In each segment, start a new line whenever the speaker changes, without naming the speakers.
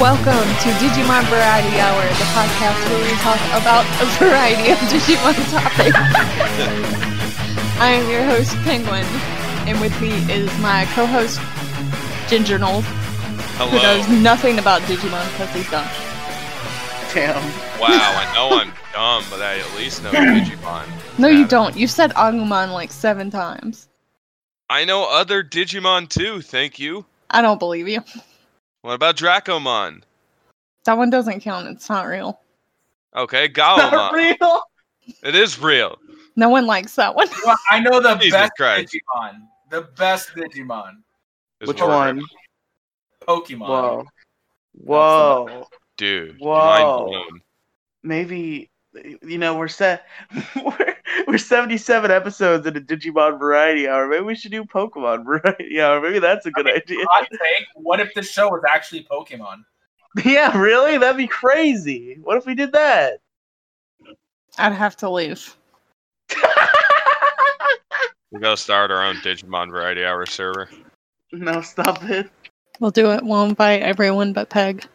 Welcome to Digimon Variety Hour, the podcast where we talk about a variety of Digimon topics. I am your host, Penguin, and with me is my co host, Ginger Knoll, who knows
Hello.
nothing about Digimon because he's dumb.
Damn.
wow, I know I'm dumb, but I at least know Digimon.
No,
Yeah.
you don't. You've said Agumon like seven times.
I know other Digimon too, thank you.
I don't believe you.
What about Dracomon?
That one doesn't count. It's not real.
Okay,
Not
Galmon.
real.
It is real.
No one likes that one.
Well, I know the
Jesus
best
Christ.
Digimon. The best Digimon.
is
Which
what we're-
one?
Pokemon.
Whoa. Whoa.
Dude.
Whoa.
Mind blown.
Maybe you know we're set. We're, we're 77 episodes in a Digimon variety hour. Maybe we should do Pokemon variety hour. Maybe that's a good idea.
Hot take, what if the show was actually Pokemon?
Yeah, really? That'd be crazy. What if we did that?
I'd have to leave.
We gotta start our own Digimon variety hour server.
No, stop it.
We'll do it. We'll invite everyone but Peg.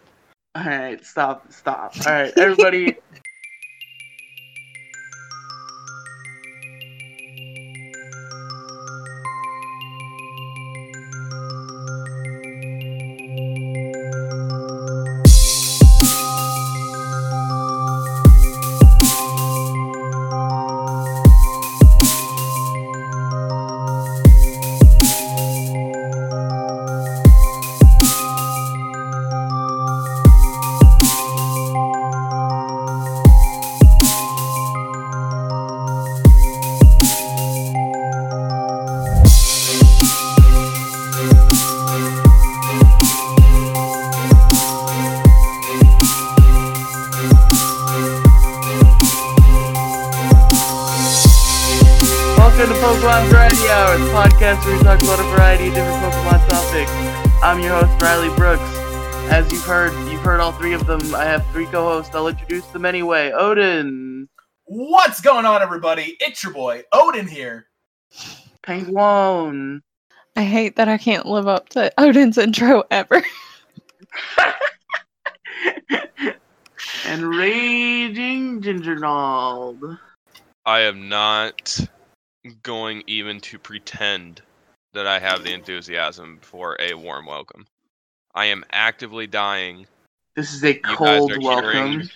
All right, stop, stop. All right, everybody. Welcome to Pokemon Variety Hour, the podcast where we talk about a variety of different Pokemon topics. I'm your host, Riley Brooks. As you've heard, you've heard all three of them. I have three co-hosts. I'll introduce them anyway. Odin,
What's going on, everybody? It's your boy, Odin here.
Penguin.
I hate that I can't live up to Odin's intro ever.
and Raging Gingernold.
I am not going even to pretend that I have the enthusiasm for a warm welcome. I am actively dying
This is a
guys
cold
are
welcome.
cheering.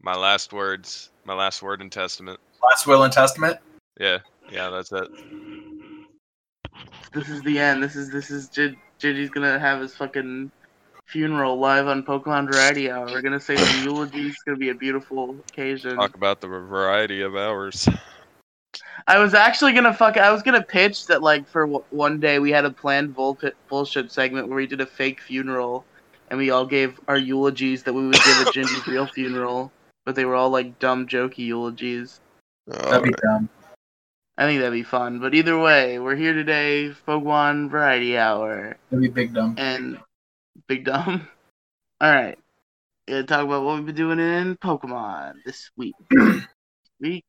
my last words, my last word and testament.
Last Will and Testament.
Yeah, yeah, that's it.
This is the end. This is this is Jid Jidgy's gonna have his fucking funeral live on Pokemon Variety Hour. We're gonna say some eulogies. It's gonna be a beautiful occasion.
Talk about the variety of hours.
I was actually gonna fuck. I was gonna pitch that like for w- one day we had a planned bull- bullshit segment where we did a fake funeral, and we all gave our eulogies that we would give at Ginger's real funeral, but they were all like dumb jokey eulogies.
Oh,
That'd be
Oh.
dumb.
I think that'd be fun. But either way, we're here today, Fogwan Variety Hour,
That'd be big dumb.
and Big Dumb. All right, gonna talk about what we've been doing in Pokemon this week, week,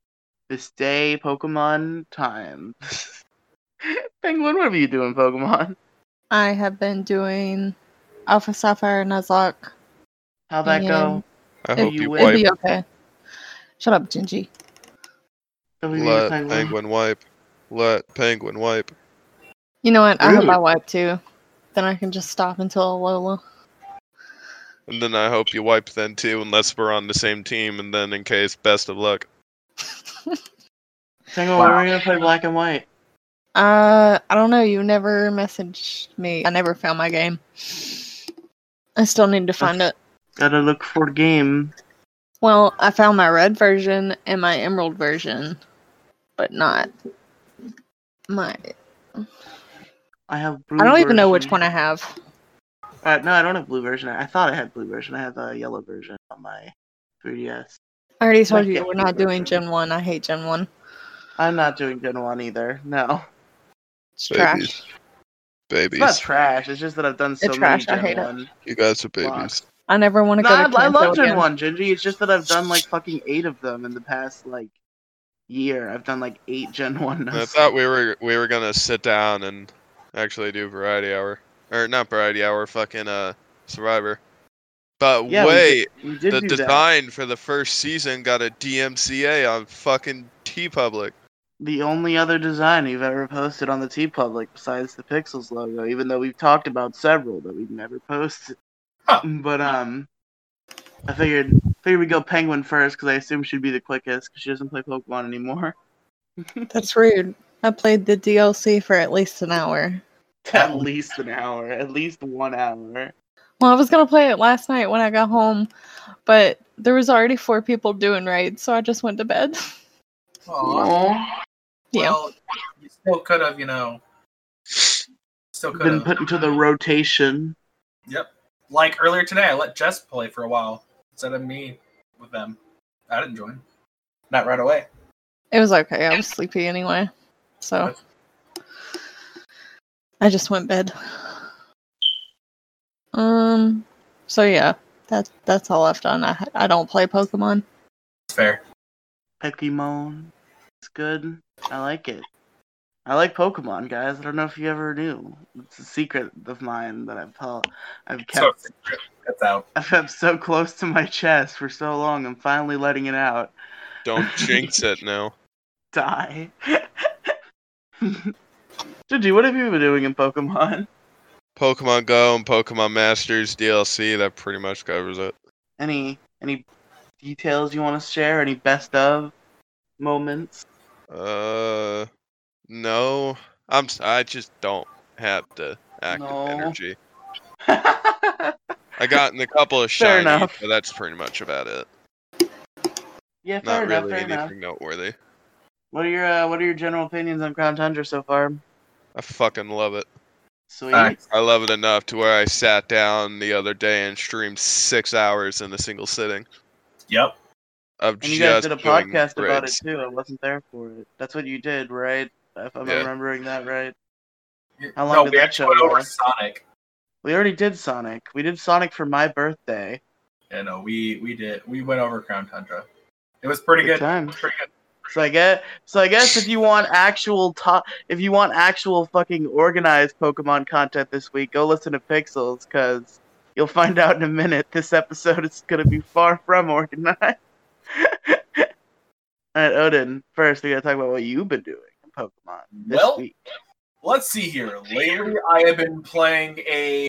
this day, Pokemon time. Penguin, what have you doing, Pokemon?
I have been doing Alpha Sapphire Nuzlocke.
How'd that go?
I
hope you
It'll
Wipe.
be okay. Shut up, Gingy.
What do you mean,
wipe. Let penguin wipe.
You know what? I hope
Ooh.
I wipe too. Then I can just stop until Alola.
And then I hope you wipe then too, unless we're on the same team. And then in case, best of luck.
Penguin,
Wow.
when are we gonna play Black and White?
Uh, I don't know. You never messaged me. I never found my game. I still need to find it.
Gotta look for game.
Well, I found my red version and my emerald version, but not my
I have blue.
I don't even know which
version.
one I have.
Uh, no, I don't have blue version. I I thought I had blue version. I have a yellow version on my 3DS.
I already told you
Like the
we're not
blue
doing
version.
Gen 1. I hate Gen 1.
I'm not doing Gen 1 either. No.
It's trash.
Babies.
It's
Babies.
not trash. It's just that I've done so
It's
many
trash, I
Gen
hate it.
1.
You guys are babies.
Fuck.
I never want to
No,
go to
I,
Kanto
I love Gen
again.
1, Gingy. It's just that I've done like fucking eight of them in the past like year. I've done like eight Gen 1
I
notes.
thought we were we were gonna sit down and actually do variety hour or not variety hour, fucking uh Survivor. But
Yeah, we
wait,
We did
the
do that.
design for the first season got a DMCA on fucking T Public.
The only other design you've ever posted on the T Public besides the Pixels logo, even though we've talked about several that we've never posted.
Huh.
But um, I figured figured we go Penguin first because I assume she'd be the quickest because she doesn't play Pokemon anymore.
That's rude. I played the DLC for at least an hour.
At least an hour, at least one hour.
Well, I was gonna play it last night when I got home, but there was already four people doing raids, so I just went to bed.
Aw,
yeah.
Well, you still could have, you know. Still could
Been
have.
put into the rotation.
Yep. Like earlier today, I let Jess play for a while instead of me with them. I didn't join. Not right away.
It was okay. I was sleepy anyway. So I just went bed. Um so yeah, that's that's all I've done. I I don't play Pokemon.
It's fair.
Pokemon. It's good. I like it. I like Pokemon, guys. I don't know if you ever knew. It's a secret of mine that I've held. I've
So
kept.
that's out.
I've kept so close to my chest for so long. I'm finally letting it out.
Don't jinx it now.
Die. Gigi, what have you been doing in Pokemon?
Pokemon Go and Pokemon Masters DLC, that pretty much covers it.
Any any details you want to share? Any best of moments?
Uh, no, I'm. s- I just don't have the active
No.
energy. I got in a couple of
Fair
shinies,
enough.
but that's pretty much about it.
yeah,
Not
fair enough.
really
fair
anything
enough.
noteworthy.
What are your uh, What are your general opinions on Crown Tundra so far?
I fucking love it.
Sweet.
Alright.
I love it enough to where I sat down the other day and streamed six hours in a single sitting
Yep.
of
And you guys
just
did a
doing
podcast about it
grids.
too. I wasn't there for it. That's what you did, right? If I'm
Yeah.
remembering that right. How long
No,
did
we
that
actually
show
went over
last?
Sonic.
We already did Sonic. We did Sonic for my birthday.
Yeah, no, uh, we we did. We went over Crown Tundra. It was pretty
Good
good.
time.
Pretty good.
So I guess so I guess if you want actual top if you want actual fucking organized Pokemon content this week, go listen to Pixels cuz you'll find out in a minute this episode is going to be far from organized. All right, Odin, first we got to talk about what you've been doing in Pokemon this
Well,
week.
Let's see here. Lately, I have been playing a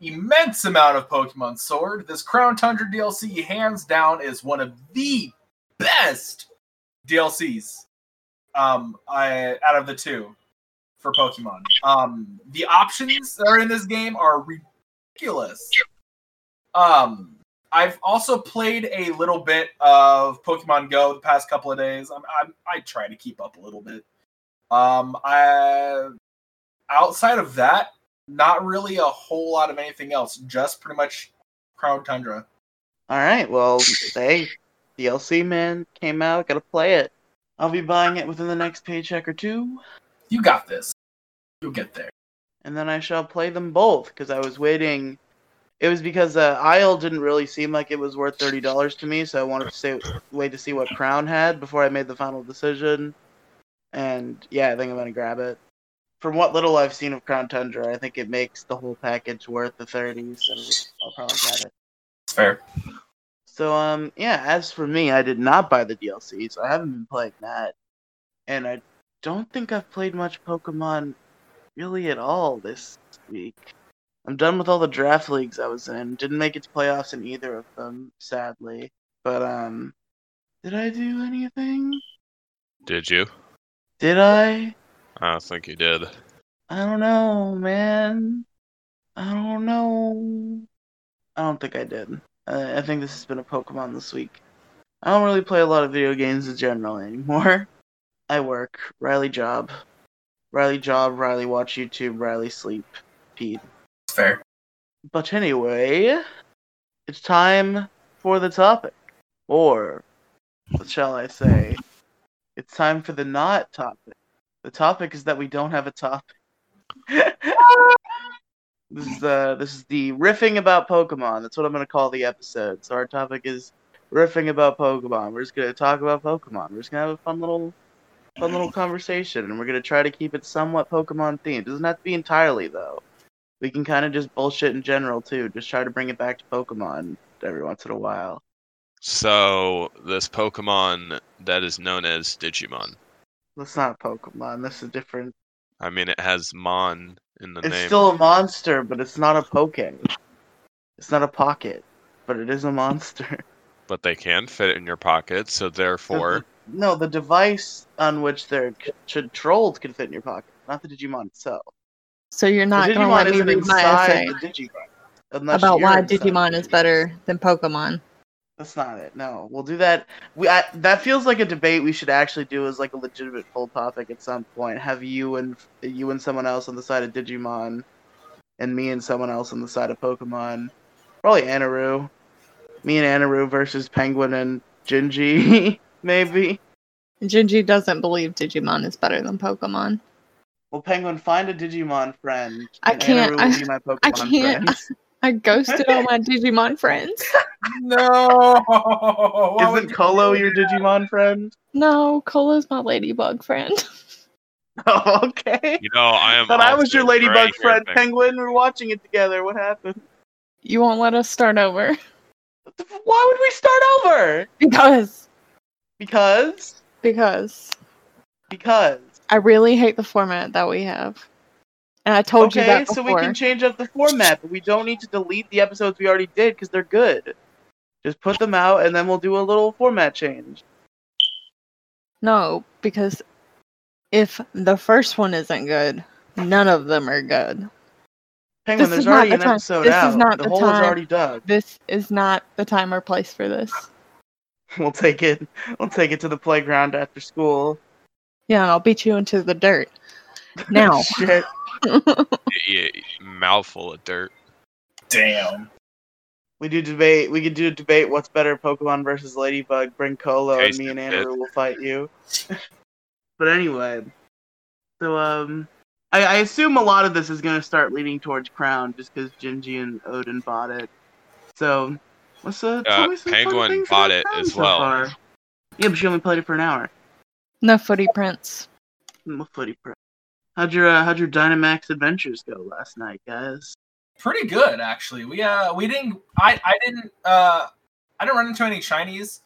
immense amount of Pokemon Sword. This Crown Tundra DLC, hands down, is one of the best DLCs. Um, I out of the two for Pokemon. Um, the options that are in this game are ridiculous. Um, I've also played a little bit of Pokemon Go the past couple of days. I'm, I'm I try to keep up a little bit. Um, I outside of that, not really a whole lot of anything else. Just pretty much Crown Tundra.
All right, well, hey, DLC man came out. Gotta play it. I'll be buying it within the next paycheck or two,
You got this. You'll get there.
and then I shall play them both because I was waiting. It was because uh, Isle didn't really seem like it was worth thirty dollars to me, so I wanted to say, wait to see what Crown had before I made the final decision. And yeah, I think I'm gonna grab it. From what little I've seen of Crown Tundra, I think it makes the whole package worth the thirty, so I'll probably grab it.
It's fair.
So um yeah, as for me, I did not buy the DLC, so I haven't been playing that. And I don't think I've played much Pokemon really at all this week. I'm done with all the draft leagues I was in. Didn't make it to playoffs in either of them, sadly. But um did I do anything?
Did you?
Did I?
I don't think you did.
I don't know, man. I don't know. I don't think I did. Uh, I think this has been a Pokemon this week. I don't really play a lot of video games in general anymore. I work, Riley job, Riley job, Riley watch YouTube, Riley sleep, Pete.
It's fair.
But anyway, it's time for the topic. Or, what shall I say? It's time for the not topic. The topic is that we don't have a topic. this is the this is the riffing about Pokemon. That's what I'm gonna call the episode. So our topic is riffing about Pokemon. We're just gonna talk about Pokemon. We're just gonna have a fun little fun little conversation, and we're gonna try to keep it somewhat Pokemon themed. Doesn't have to be entirely though. We can kind of just bullshit in general too. Just try to bring it back to Pokemon every once in a while.
So this Pokemon that is known as Digimon.
That's not Pokemon. That's a different.
I mean, it has Mon in the
it's
name.
still a monster, but it's not a Poke. It's not a pocket, but it is a monster.
but they can fit in your pocket, so therefore,
No, the device on which they're c- controlled can fit in your pocket, not the Digimon itself.
So you're not
the
going to let
Digimon
me
isn't
read my
inside
essay
the Digimon. Unless
about
you're
why
inside the
Digimon is better than Pokemon.
That's not it. No, we'll do that. We I, that feels like a debate we should actually do as like a legitimate full topic at some point. Have you and you and someone else on the side of Digimon, and me and someone else on the side of Pokemon. Probably Anaru. Me and Anaru versus Penguin and Gingy, maybe.
Gingy doesn't believe Digimon is better than Pokemon.
Well, Penguin, find a Digimon friend.
I
and
can't-
Anaru will
I-
be my Pokemon
I can't.
friend.
I ghosted all my Digimon friends.
No. Why would
Isn't
you
Kolo
do
your Digimon friend?
No, Cola's my ladybug friend.
Oh, okay.
you know, I am.
Thought I was your
also right
ladybug friend,
here,
Penguin. We're watching it together. What happened?
You won't let us start over
What the f- Why would we start over?
because
Because
because
because.
I really hate the format that we have, and I told you
Okay,
that
so
before.
we can change up the format, but we don't need to delete the episodes we already did because they're good. Just put them out, and then we'll do a little format change.
No, because if the first one isn't good, none of them are good.
Penguin,
This
there's
is not
already
the
an
time.
episode
This is
out.
not the
hole
time.
is already dug.
This is not the time or place for this.
We'll take it. We'll take it to the playground after school.
Yeah, and I'll beat you into the dirt. Now,
Shit.
y- y- mouthful of dirt.
Damn.
We do debate. We could do a debate. What's better, Pokemon versus Ladybug? Bring Colo, and
Taste
me and
it.
Andrew will fight you. but anyway, so um, I, I assume a lot of this is going to start leaning towards Crown, just because Gingy and Odin bought it. So what's uh, tell
Uh,
me some fun
Penguin
things
bought
about
it
Crown
as
so
well.
far. Yeah, but she only played it for an hour.
no footy prints.
I'm a footy pro. How'd your uh, how'd your Dynamax adventures go last night, guys?
Pretty good actually. We uh we didn't I I didn't uh I didn't run into any Chinese.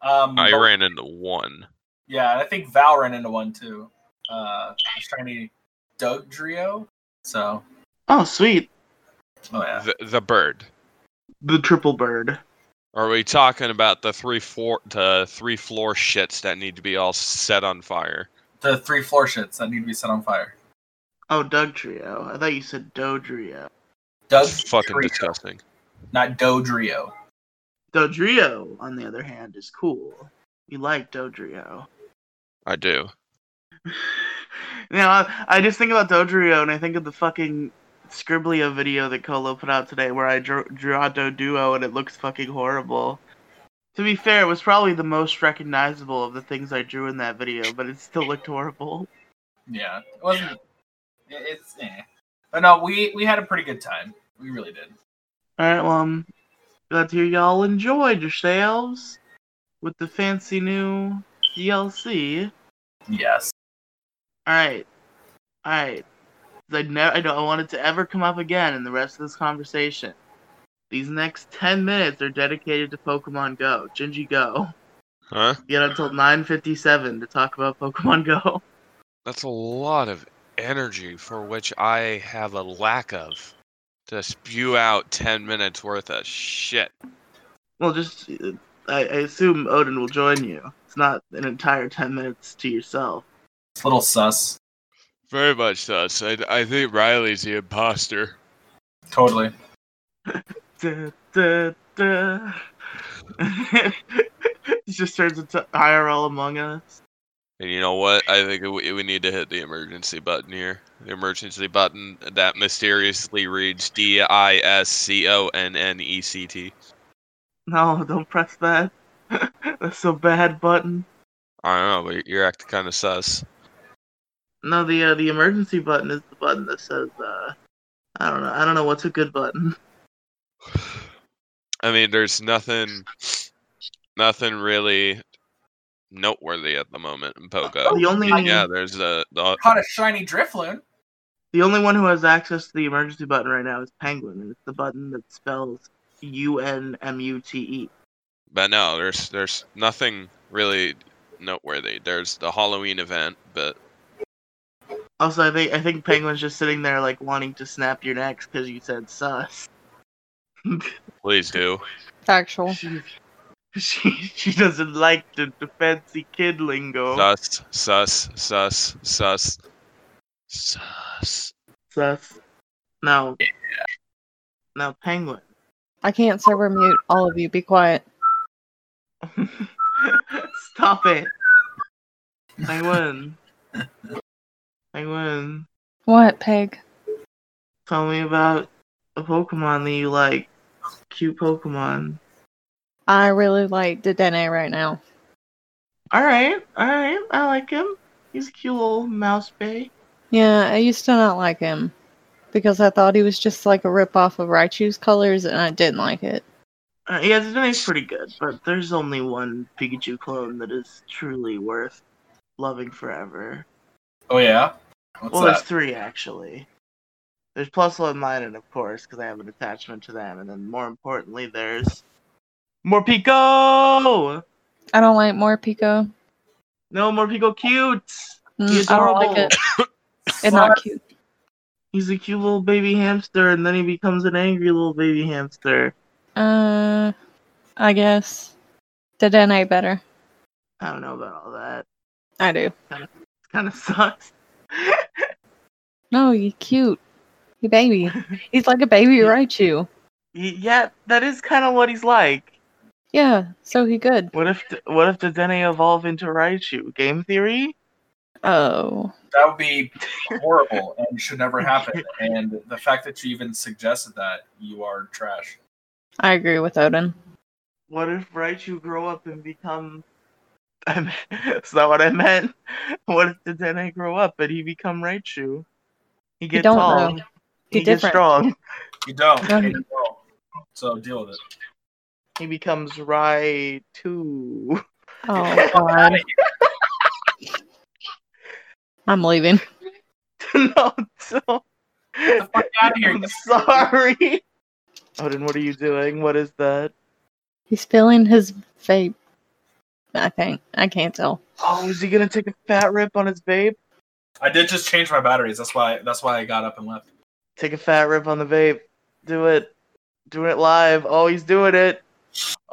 Um
I
but-
ran into one.
Yeah, and I think Val ran into one too. Uh the shiny Doug Drio. So
Oh, sweet,
oh yeah.
The, the bird.
the triple bird.
Are we talking about the three floor the three floor shits that need to be all set on fire?
The three floor shits that need to be set on fire.
Oh, Doug Trio. I thought you said Dodrio.
Doug
It's fucking
Drio,
disgusting.
not Dodrio.
Dodrio, on the other hand, is cool. We like Dodrio.
I do.
Now, I, I just think about Dodrio and I think of the fucking Scriblio video that Colo put out today where I drew, drew out Doduo and it looks fucking horrible. To be fair, it was probably the most recognizable of the things I drew in that video, but it still looked horrible.
Yeah. It wasn't it- it's eh. But no, we we had a pretty good time. We really did.
Alright, well, I'm glad to hear y'all enjoyed yourselves with the fancy new DLC.
Yes.
All right, all right. I never, I don't want it to ever come up again in the rest of this conversation. These next ten minutes are dedicated to Pokemon Go. Gingy Go.
Huh?
You got until nine fifty-seven to talk about Pokemon Go.
That's a lot of energy for which I have a lack of. To spew out ten minutes worth of shit.
Well, just uh, I, I assume Odin will join you. It's not an entire ten minutes to yourself.
It's a little sus.
Very much thus. I, I think Riley's the imposter.
Totally.
Duh, duh, duh. it just turns into IRL Among Us.
And you know what? I think we, we need to hit the emergency button here. The emergency button that mysteriously reads D I S C O N N E C T.
No, don't press that. That's a bad button.
I don't know, but you're acting kind of sus.
No, the uh, the emergency button is the button that says uh, I don't know. I don't know what's a good button.
I mean, there's nothing, nothing really noteworthy at the moment in Poco.
The only
Yeah, there's a the,
Caught a shiny driftloon.
the only one who has access to the emergency button right now is Penguin, and it's the button that spells U N M U T E.
but no, there's there's nothing really noteworthy. There's the Halloween event, but
Also, I think I think Penguin's just sitting there like wanting to snap your necks because you said sus.
please do.
Factual.
She, she she doesn't like the, the fancy kid lingo.
Sus, sus, sus, sus, sus.
Sus. Now, now Penguin.
I can't server mute all of you. Be quiet.
Stop it. Penguin. Penguin.
What, Peg?
Tell me about a Pokemon that you like. Cute Pokemon.
I really like Dedenne right now.
Alright, alright, I like him. He's a cute little mouse bay.
Yeah, I used to not like him because I thought he was just like a ripoff of Raichu's colors, and I didn't like it.
Uh, yeah, the Dene's pretty good, but there's only one Pikachu clone that is truly worth loving forever.
Oh yeah. What's
well,
that?
there's three actually. There's plus one Minot, of course, because I have an attachment to them, and then more importantly, there's more Pico.
I don't like more Pico.
No, more Pico, cute. He's
Mm, I don't like
adorable.
it. It's not
Fuck.
cute.
He's a cute little baby hamster, and then he becomes an angry little baby hamster.
Uh, I guess Dedenne better.
I don't know about all that.
I do.
Kind of sucks.
No, you cute. You baby. He's like a baby
Yeah.
Raichu.
Y- yeah, that is kind of what he's like.
Yeah, so he good.
What if th- what if the Dene evolve into Raichu? Game theory?
Oh.
That would be horrible and should never happen. And the fact that you even suggested that, you are trash.
I agree with Odin.
What if Raichu grow up and become? I mean, that's not what I meant. What if the Dene grow up and he become Raichu? He gets
don't
tall.
know.
He
Be
gets
different.
strong.
You don't.
No.
and you don't. So deal with it.
He becomes Raichu.
Oh god. I'm leaving.
no, no.
Get the fuck out of here.
I'm sorry. Odin, what are you doing? What is that?
He's filling his vape. I think. I can't tell.
Oh, is he gonna take a fat rip on his vape?
I did just change my batteries. That's why. That's why I got up and left.
Take a fat rip on the vape. Do it. Doing it live. Oh, he's doing it.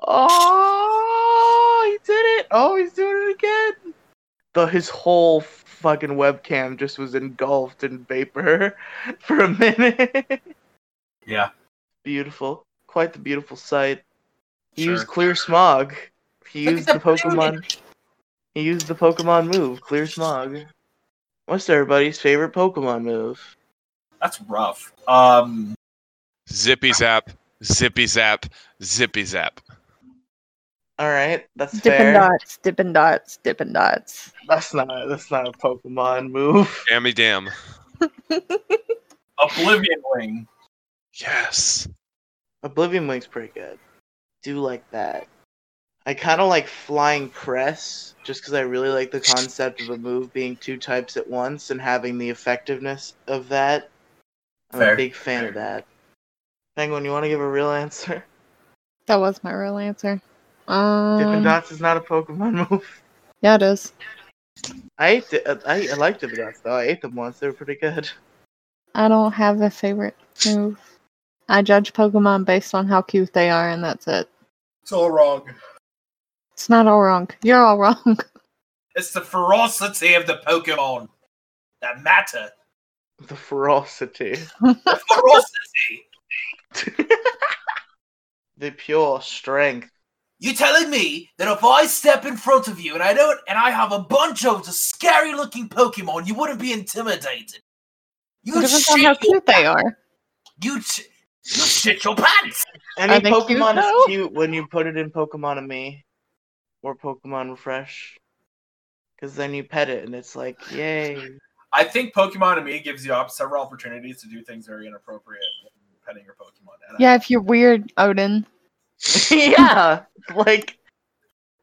Oh, he did it. Oh, he's doing it again. The his whole fucking webcam just was engulfed in vapor for a minute.
Yeah.
beautiful. Quite the beautiful sight. He
Sure.
used clear smog. He
Look at
used the,
the
Pokemon. He used the Pokemon move, clear smog. What's everybody's favorite Pokemon move?
That's rough. Um.
Zippy zap, zippy zap, zippy zap.
All right, that's
Dippin'
fair.
dots, dippin' dots, dippin' dots.
That's not that's not a Pokemon move.
Dammy damn.
Oblivion Wing.
Yes.
Oblivion Wing's pretty good. Do like that. I kind of like Flying Press just because I really like the concept of a move being two types at once and having the effectiveness of that. I'm a
Fair.
big fan of that. Penguin, you want to give a real answer?
That was my real answer.
Dippin'
Um,
Dots is not a Pokemon move.
yeah, it is.
I ate the, uh, I, I like Dippin' Dots though. I ate them once. They were pretty good.
I don't have a favorite move. I judge Pokemon based on how cute they are, and that's it.
It's all wrong.
It's not all wrong. You're all wrong.
It's the ferocity of the Pokemon that matter.
The ferocity,
The ferocity.
the pure strength.
You telling me that if I step in front of you and I don't and I have a bunch of the scary looking Pokemon, you wouldn't be intimidated?
It
Oh,
You'd
depends on how
shit,
cute they are.
you'd, sh- you'd shit your pants.
Any
Are they cute,
Pokemon is
though?
cute when you put it in Pokemon to me or Pokemon Refresh. Because then you pet it and it's like, yay.
I think Pokemon to me gives you op- several opportunities to do things very inappropriate when petting your Pokemon. And I-
Yeah, if you're weird, Odin.
yeah. Like,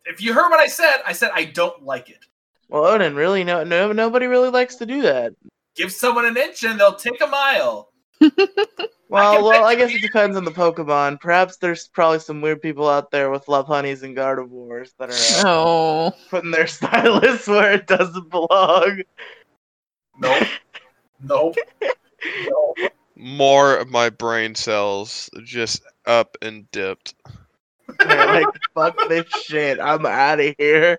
if you heard what I said, I said I don't like it.
well, Odin, really, no, no, nobody really likes to do that.
Give someone an inch and they'll take a mile.
Well,
can
well, I guess it depends on the Pokemon. Perhaps there's probably some weird people out there with Love Honeys and Gardevoirs that are uh,
Oh.
putting their stylus where it doesn't belong.
Nope. nope. nope.
More of my brain cells just up and dipped.
They're like, fuck this shit. I'm out of here.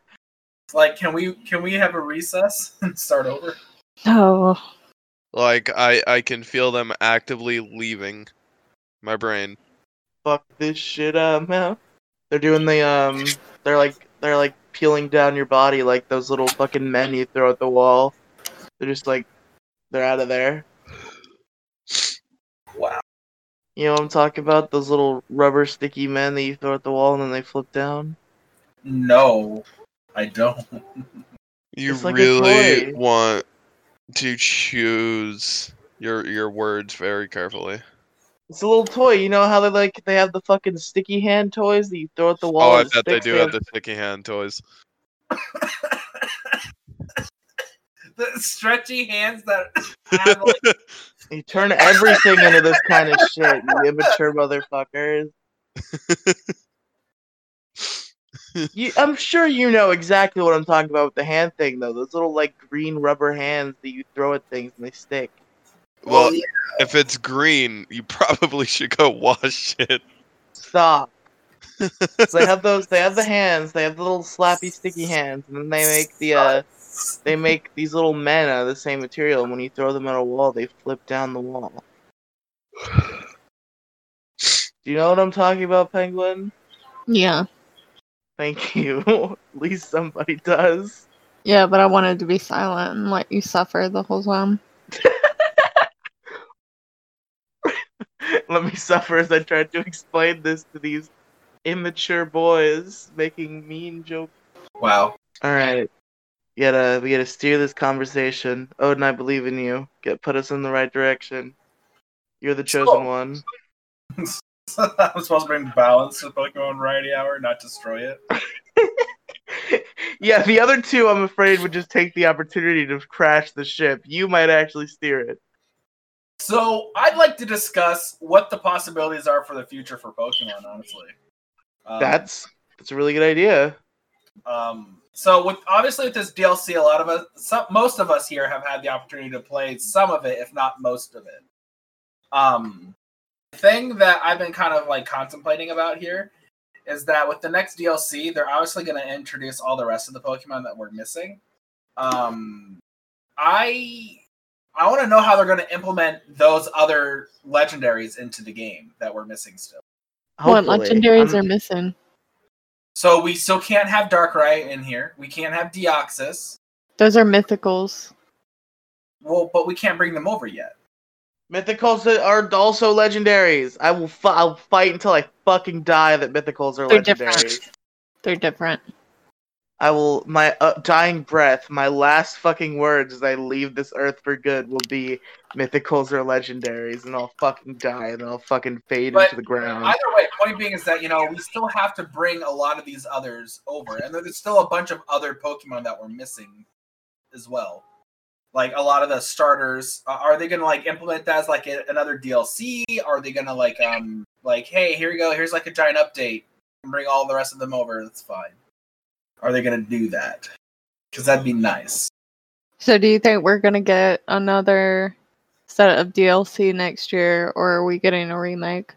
It's like, can we can we have a recess and start over?
No.
Like I I can feel them actively leaving my brain.
Fuck this shit. Um, they're doing the um, they're like they're like peeling down your body like those little fucking men you throw at the wall. They're just like, they're out of there.
Wow.
You know what I'm talking about? Those little rubber sticky men that you throw at the wall and then they flip down.
No, I don't.
You
It's like a
really
toy.
want to choose your your words very carefully.
It's a little toy. You know how they like they have the fucking sticky hand toys that you throw at the wall.
oh, I
and it
bet they
sticks?
do
They
have
have-
the sticky hand toys.
The stretchy hands that have like,
Oh, You turn everything into this kind of shit, you immature motherfuckers. you, I'm sure you know exactly what I'm talking about with the hand thing, though. Those little like green rubber hands that you throw at things and they stick.
Well, if it's green, you probably should go wash it.
Stop. so they have those. They have the hands. They have the little slappy, sticky hands, and then they make the. Uh, they make these little men out of the same material. And when you throw them at a wall, they flip down the wall. Do you know what I'm talking about, Penguin?
Yeah.
Thank you. At least somebody does.
Yeah, but I wanted to be silent and let you suffer the whole time.
Let me suffer as I tried to explain this to these immature boys making mean jokes.
wow.
All right. We gotta, we gotta steer this conversation. Odin, I believe in you. Get put us in the right direction. You're the chosen
So-
one.
I was supposed to bring balance to Pokemon Variety Hour, not destroy it.
yeah, the other two, I'm afraid, would just take the opportunity to crash the ship. You might actually steer it.
So I'd like to discuss what the possibilities are for the future for Pokemon. Honestly, um,
That's that's a really good idea.
um, so with obviously with this DLC, a lot of us, some, most of us here have had the opportunity to play some of it, if not most of it. Um, thing that I've been kind of like contemplating about here is that with the next DLC, they're obviously going to introduce all the rest of the Pokemon that we're missing. Um, I I want to know how they're going to implement those other legendaries into the game that we're missing still.
What
Hopefully.
legendaries
I'm-
are missing?
So we still can't have Darkrai in here. We can't have Deoxys.
Those are mythicals.
Well, but we can't bring them over yet.
Mythicals that are also legendaries. I will fi- I'll fight until I fucking die that mythicals are
They're different.
legendaries.
They're different.
I will my uh, dying breath, my last fucking words as I leave this earth for good will be mythicals or legendaries and I'll fucking die and I'll fucking fade
But
into the ground.
Either way, point being is that you know we still have to bring a lot of these others over, and there's still a bunch of other Pokemon that we're missing as well. Like a lot of the starters, uh, are they gonna like implement that as like a, another DLC? Are they gonna like um like hey here you go here's like a giant update and bring all the rest of them over? That's fine. Are they gonna do that? Because that'd be nice.
So, do you think we're going to get another set of DLC next year, or are we getting a remake?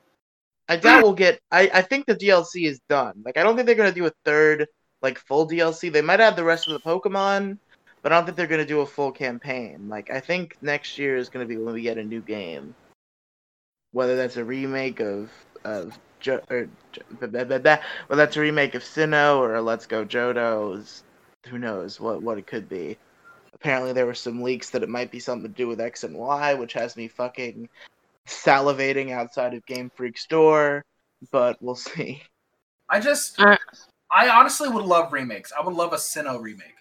I doubt we'll get. I, I think the DLC is done. Like, I don't think they're gonna do a third, like, full DLC. They might add the rest of the Pokemon, but I don't think they're gonna do a full campaign. Like, I think next year is gonna be when we get a new game, whether that's a remake of of Jo- or, Jo- blah, blah, blah, blah. well, that's a remake of Sinnoh or a Let's Go Jodo's. Who knows what what it could be? Apparently, there were some leaks that it might be something to do with X and Y, which has me fucking salivating outside of Game Freak's door. But we'll see.
I just,
Uh.
I honestly would love remakes. I would love a Sinnoh remake.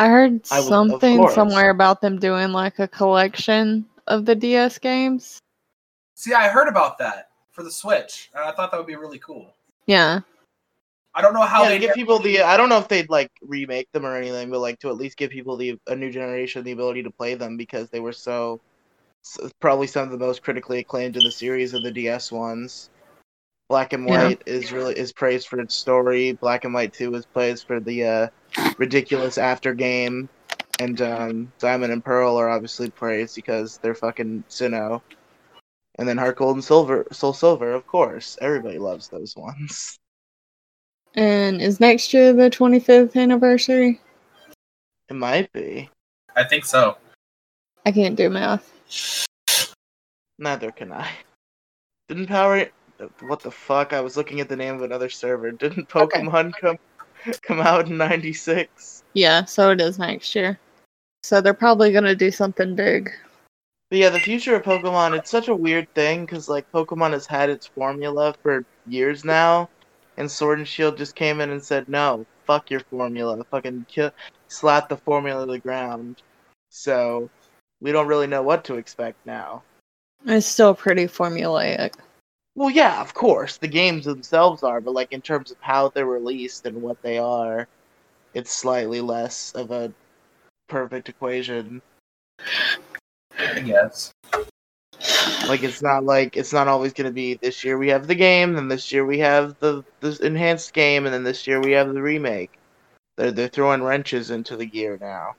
I heard
I would- of
something
course.
somewhere about them doing like a collection of the DS games.
See, I heard about that for the Switch, and I thought that would be really cool.
Yeah.
I don't know how
yeah,
they
to give people the I don't know if they'd like remake them or anything, but like to at least give people the a new generation the ability to play them because they were so, so probably some of the most critically acclaimed in the series of the DS ones. Black and
Yeah.
White is really is praised for its story. Black and White Two is praised for the uh, ridiculous after game, and um, Diamond and Pearl are obviously praised because they're fucking Sinnoh. And then Heart Gold and Silver, Soul Silver, of course, everybody loves those ones.
And is next year the 25th anniversary?
It might be.
I think so.
I can't do math.
Neither can I. Didn't Power? What the fuck? I was looking at the name of another server. Didn't
Okay.
Pokemon come come out in '96?
Yeah, so it is next year. So they're probably going to do something big.
But yeah, the future of Pokemon. It's such a weird thing because like Pokemon has had its formula for years now, and Sword and Shield just came in and said, "No, fuck your formula. Fucking kill, slap the formula to the ground." So we don't really know what to expect now.
It's still pretty formulaic.
Well, yeah, of course, the games themselves are, but like in terms of how they're released and what they are, it's slightly less of a perfect equation.
I guess.
Like it's not like it's not always going to be this year we have the game, then this year we have the the enhanced game, and then this year we have the remake. They're they're throwing wrenches into the gear now.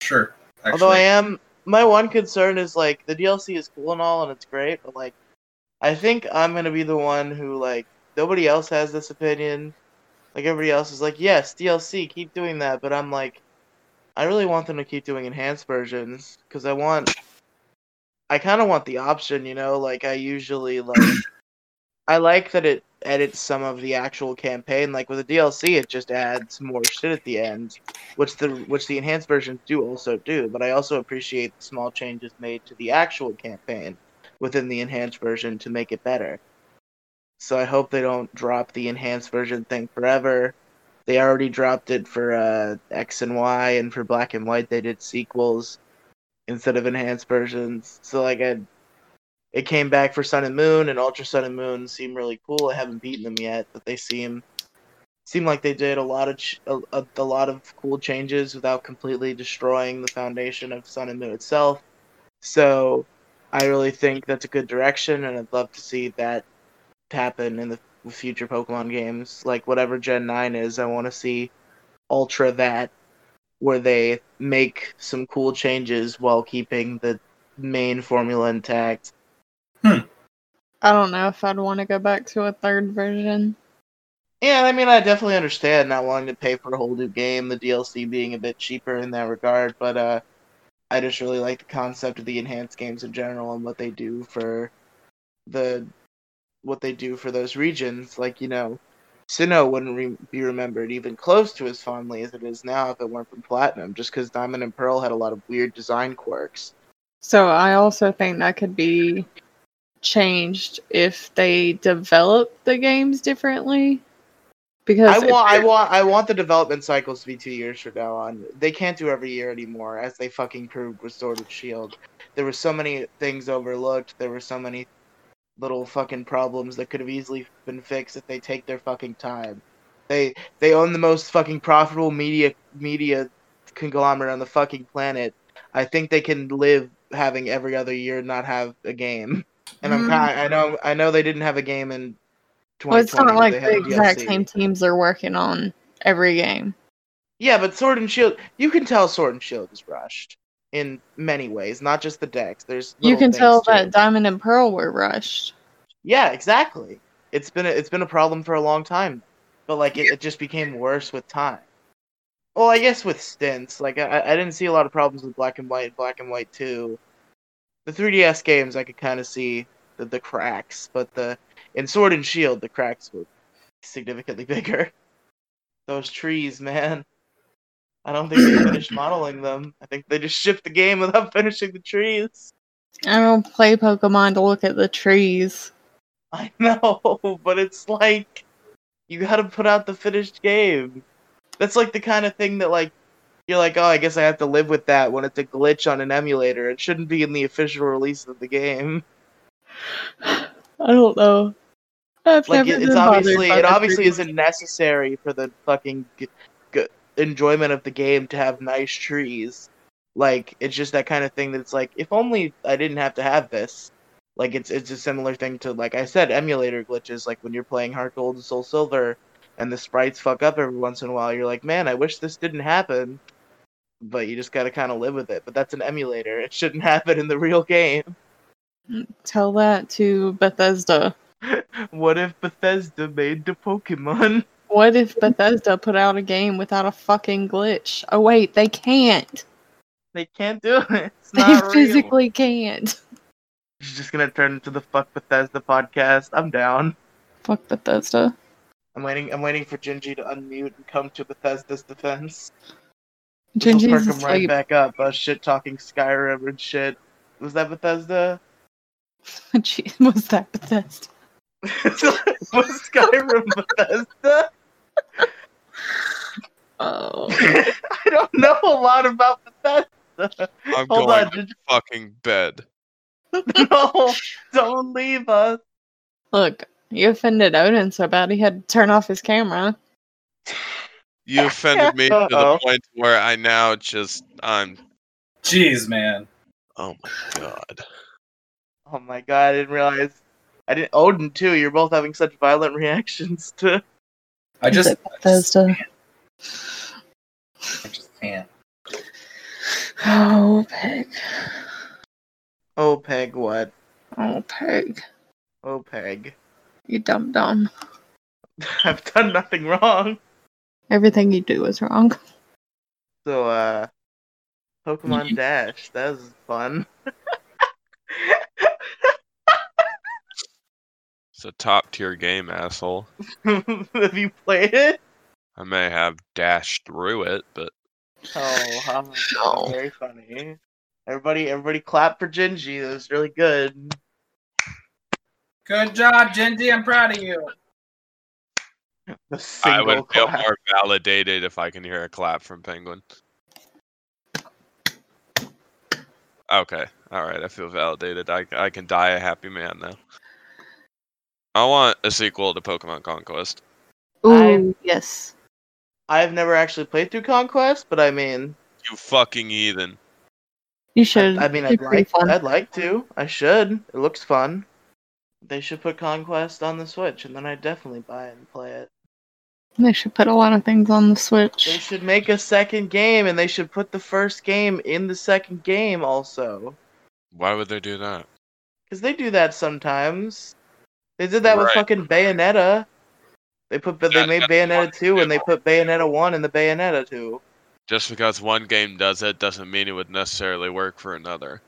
Sure. Actually.
Although I am, my one concern is like the DLC is cool and all, and it's great, but like, I think I'm gonna be the one who like nobody else has this opinion. Like everybody else is like, yes, DLC, keep doing that, but I'm like, I really want them to keep doing enhanced versions because I want, I kind of want the option, you know. Like I usually like, I like that it edits some of the actual campaign. Like with the DLC, it just adds more shit at the end which the which the enhanced versions do also do. But I also appreciate the small changes made to the actual campaign within the enhanced version to make it better. So I hope they don't drop the enhanced version thing forever. They already dropped it for uh, X and Y, and for Black and White they did sequels instead of enhanced versions. So like I, it came back for Sun and Moon, and Ultra Sun and Moon seem really cool. I haven't beaten them yet, but they seem seem like they did a lot of ch- a, a, a lot of cool changes without completely destroying the foundation of Sun and Moon itself. So I really think that's a good direction, and I'd love to see that happen in the future Pokemon games. Like whatever Gen Nine is, I want to see Ultra that where they make some cool changes while keeping the main formula intact.
I don't know if I'd want to go back to a third version.
Yeah, I mean, I definitely understand not wanting to pay for a whole new game, the DLC being a bit cheaper in that regard, but uh, I just really like the concept of the enhanced games in general and what they do for the what they do for those regions. Like, you know, Sinnoh wouldn't re- be remembered even close to as fondly as it is now if it weren't for Platinum, just because Diamond and Pearl had a lot of weird design quirks.
So I also think that could be changed if they develop the games differently. Because
I
if
want, I
they're-
want, I want the development cycles to be two years from now on. They can't do every year anymore, as they fucking proved with Sword and Shield. There were so many things overlooked. There were so many little fucking problems that could have easily been fixed if they take their fucking time. They they own the most fucking profitable media media conglomerate on the fucking planet. I think they can live having every other year not have a game. And I'm
Mm.
kind. I know. I know they didn't have a game in. 2020,
well, it's not
but
like
they had
the
a
exact
DLC.
same teams are working on every game.
Yeah, but Sword and Shield, you can tell Sword and Shield is rushed in many ways, not just the decks. There's
You
little
can
things,
tell
too.
that Diamond and Pearl were rushed.
Yeah, exactly. It's been a, it's been a problem for a long time, but like it, it just became worse with time. Well, I guess with stints, like I, I didn't see a lot of problems with Black and White, Black and White Two. The 3DS games, I could kind of see the, the cracks, but the In Sword and Shield, the cracks were significantly bigger. Those trees, man. I don't think they finished modeling them. I think they just shipped the game without finishing the trees.
I don't play Pokemon to look at the trees.
I know, but it's like you gotta put out the finished game. That's like the kind of thing that like you're like, oh, I guess I have to live with that when it's a glitch on an emulator. It shouldn't be in the official release of the game.
I don't know. I've
Like
never
it, it's
been bothered
obviously
by
it
the
obviously
trees.
isn't necessary for the fucking g- g- enjoyment of the game to have nice trees. Like it's just that kind of thing that's like, if only I didn't have to have this. Like it's it's a similar thing to like I said, emulator glitches. Like when you're playing Heart Gold and Soul Silver, and the sprites fuck up every once in a while. You're like, man, I wish this didn't happen. But you just gotta kind of live with it. But that's an emulator. It shouldn't happen in the real game.
Tell that to Bethesda.
What if Bethesda made the Pokemon?
What if Bethesda put out a game without a fucking glitch? Oh wait, they can't.
They can't do it. It's
They
not real.
physically can't.
It's just gonna turn into the fuck Bethesda podcast. I'm down.
Fuck Bethesda.
I'm waiting. I'm waiting for Genji to unmute and come to Bethesda's defense. He'll perk
Gingy's
him right
asleep.
back up. Uh, shit talking Skyrim and shit. Was that Bethesda?
Gee, Was that Bethesda?
Was Skyrim Bethesda?
Oh.
I don't know a lot about Bethesda.
I'm
Hold
going
on, Genji.
to fucking bed.
No, don't leave us.
Look, you offended Odin so bad he had to turn off his camera.
You offended me to
Uh-oh.
the point where I now just I'm.
Jeez, man.
Oh my god.
Oh my god! I didn't realize. I didn't. Odin too. You're both having such violent reactions to.
I just,
Is it Bethesda.
I just can't.
Oh, Peg.
Oh Peg, what?
Oh, Peg.
Oh Peg.
You dumb dumb.
I've done nothing wrong.
Everything you do is wrong.
So, uh, Pokemon Dash, that was fun.
It's a top tier game, asshole.
Have you played it?
I may have dashed through it, but
Oh, huh.
No.
very funny. Everybody, everybody, clap for Genji. That was really good.
Good job, Genji. I'm proud of you.
The
I
single
would feel
clap.
more validated if I can hear a clap from Penguin. Okay, all right. I feel validated. I I can die a happy man now. I want a sequel to Pokemon Conquest.
Ooh,
I-
yes.
I've never actually played through Conquest, but I mean,
You fucking heathen.
You
I,
should.
I mean,
It'd
I'd
be pretty
like,
fun.
I'd like to. I should. It looks fun. They should put Conquest on the Switch, and then I'd definitely buy it and play it.
They should put a lot of things on the
They
Switch.
should make a second game, and they should put the first game in the second game also.
Why would they do that?
Because they do that sometimes. They did that with
Right.
fucking Bayonetta. They put but they
Yeah,
made
that's the one
Bayonetta two and they
too.
put Bayonetta one in the Bayonetta two.
Just because one game does it doesn't mean it would necessarily work for another.